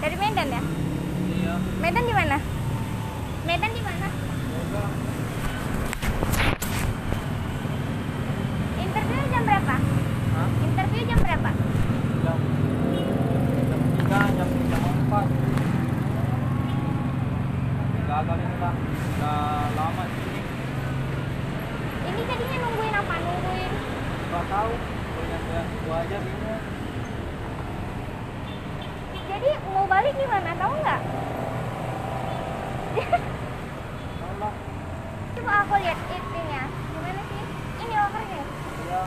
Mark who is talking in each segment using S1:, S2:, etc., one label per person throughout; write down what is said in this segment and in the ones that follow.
S1: Dari Medan ya?
S2: Iya.
S1: Medan di mana? Medan di mana? Interview jam berapa?
S2: Hah?
S1: Interview jam berapa?
S2: Jam jam tiga, jam jam empat. Gagal ini lah. Udah lama di sini.
S1: Ini tadinya nungguin apa? Nungguin
S2: Gak tahu. Punya saya gua aja bingung.
S1: Jadi mau balik gimana? Tahu nggak?
S2: Tahu lah.
S1: Coba aku lihat itunya. Gimana sih? Ini overnya.
S2: Iya.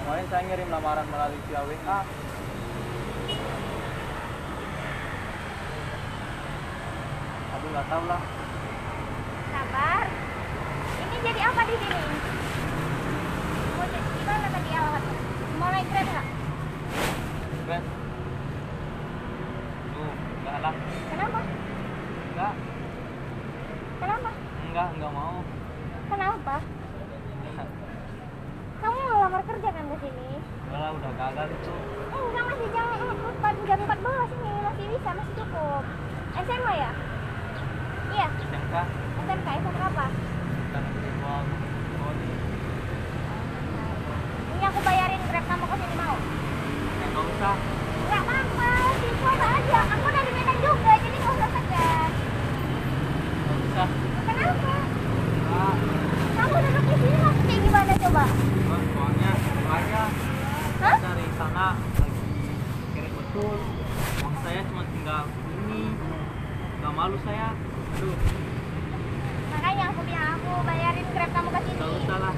S2: Kemarin saya ngirim lamaran melalui via WA. Aduh nggak tahu lah.
S1: Sabar. Ini jadi apa di sini? Mau jadi gimana tadi awalnya? Mau naik kereta nggak?
S2: Ben. Tuh, enggak lah.
S1: Kenapa?
S2: Enggak,
S1: Kenapa?
S2: enggak, enggak mau.
S1: Kenapa? Kamu mau lamar kerja kan ke sini?
S2: Udah lah, udah gagal itu.
S1: Enggak masih jam 4, jam 14 ini masih bisa, masih cukup. SMA ya? Iya,
S2: SMK,
S1: SMK, SMK apa?
S2: dan jual kode.
S1: Ini aku bayarin grab kamu ke sini mau.
S2: Enggak Eh, usah.
S1: Enggak apa-apa, sih kuota aja. Aku dari Medan juga, jadi nggak usah tegang.
S2: Enggak usah.
S1: Kenapa?
S2: Enggak.
S1: Kamu duduk di sini maksudnya gimana coba?
S2: Cuma soalnya saya
S1: Hah?
S2: dari sana lagi kirim betul. Uang saya cuma tinggal ini. Enggak malu saya. Aduh,
S1: Makanya aku bilang aku bayarin grab kamu ke
S2: enggak
S1: sini.
S2: usah lah.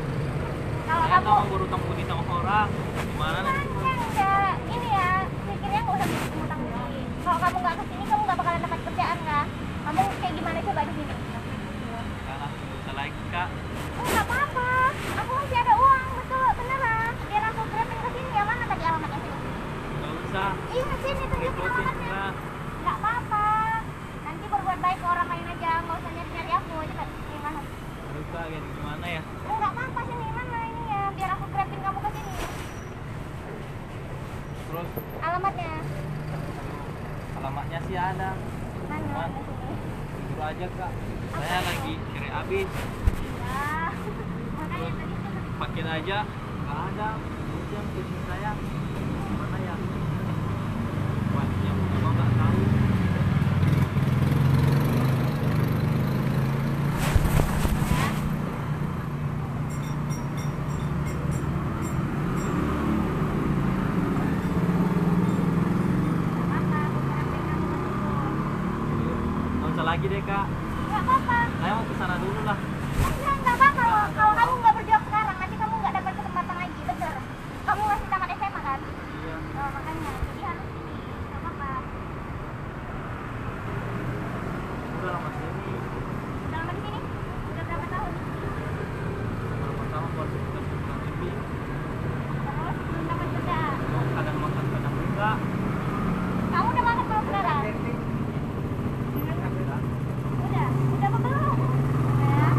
S1: Kalau
S2: Saya
S1: Ah, kamu
S2: tahu ngurutang budi sama orang. Gimana nih?
S1: Panjang enggak? Ini ya, pikirnya nggak usah bikin utang budi. Kalau kamu nggak kesini, kamu nggak bakalan dapat kerjaan kah? Kamu kayak gimana coba di sini?
S2: Enggak lah, enggak usah lagi, Kak.
S1: Oh, nggak apa-apa. Aku masih ada uang, betul, beneran. Biar aku grabin ke sini ya mana tadi alamatnya sini?
S2: Enggak usah.
S1: Iya sini tunjukin
S2: Repotin,
S1: alamatnya.
S2: Kak.
S1: Nggak apa-apa. Nanti berbuat baik ke orang lain aja, nggak usah nyari-nyari aku. Cepat, sini mana?
S2: Aduh, Kak, gimana ya?
S1: Oh, nggak apa-apa sini mana ini ya? Biar aku grabin kamu ke sini.
S2: Terus
S1: Alamatnya
S2: alamatnya sih ada.
S1: mana?
S2: Mana?
S1: Ada sini.
S2: Tidur aja kak. Saya lagi cari habis.
S1: Wah, makanya
S2: Terus?
S1: tadi tuh
S2: Paket aja. Gak ada. Terus yang pusing saya. Mana ya? Wah, yang punya mah nggak tahu.
S1: apa aku grabin kamu ke situ.
S2: Nggak usah lagi deh kak.
S1: Nggak apa-apa.
S2: Saya mau ke sana dulu lah.
S1: Enggak, nggak apa-apa. Kalau- Kalau kamu nggak berjuang sekarang, nanti kamu nggak dapat kesempatan lagi. Bener. Kamu masih tamat SMA kan?
S2: Iya.
S1: Oh, makanya. Jadi harus ini. Nggak apa-apa.
S2: Udah lama sini.
S1: Udah lama di sini? Udah berapa tahun?
S2: Berapa tahun baru kita buka TV.
S1: Terus belum dapat kerja.
S2: Mau kadang makan kadang enggak.
S1: Kamu udah makan belum sekarang?
S2: Enggak.
S1: Udah. Udah apa belum? Udah.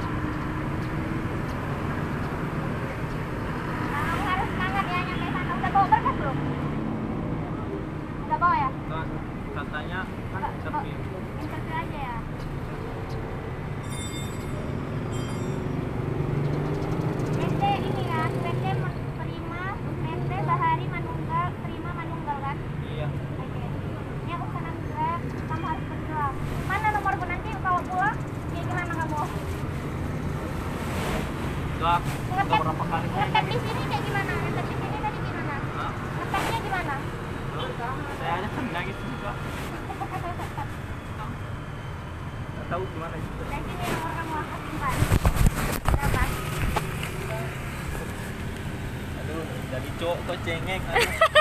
S1: ya, ya?
S2: kan katanya kan
S1: Oh, oh,
S2: interview
S1: interview aja ya. PT ini kan, PT Prima, PT Bahari Manunggal, Prima Manunggal kan?
S2: iya
S1: Oke. Ini aku pesanan Grab, kamu harus berjuang. Mana nomorku nanti kalau pulang, ya gimana kamu?
S2: udah udah
S1: Ngetek,
S2: berapa kali saya
S1: ngetek di sini kayak gimana? Ngetek di sini tadi gimana?
S2: Hah?
S1: Ngeteknya gimana?
S2: saya aja kan nangis juga nggak tahu gimana itu
S1: Dan sini nomor kamu aku simpan. Dapat.
S2: aduh jadi cowok kok cengeng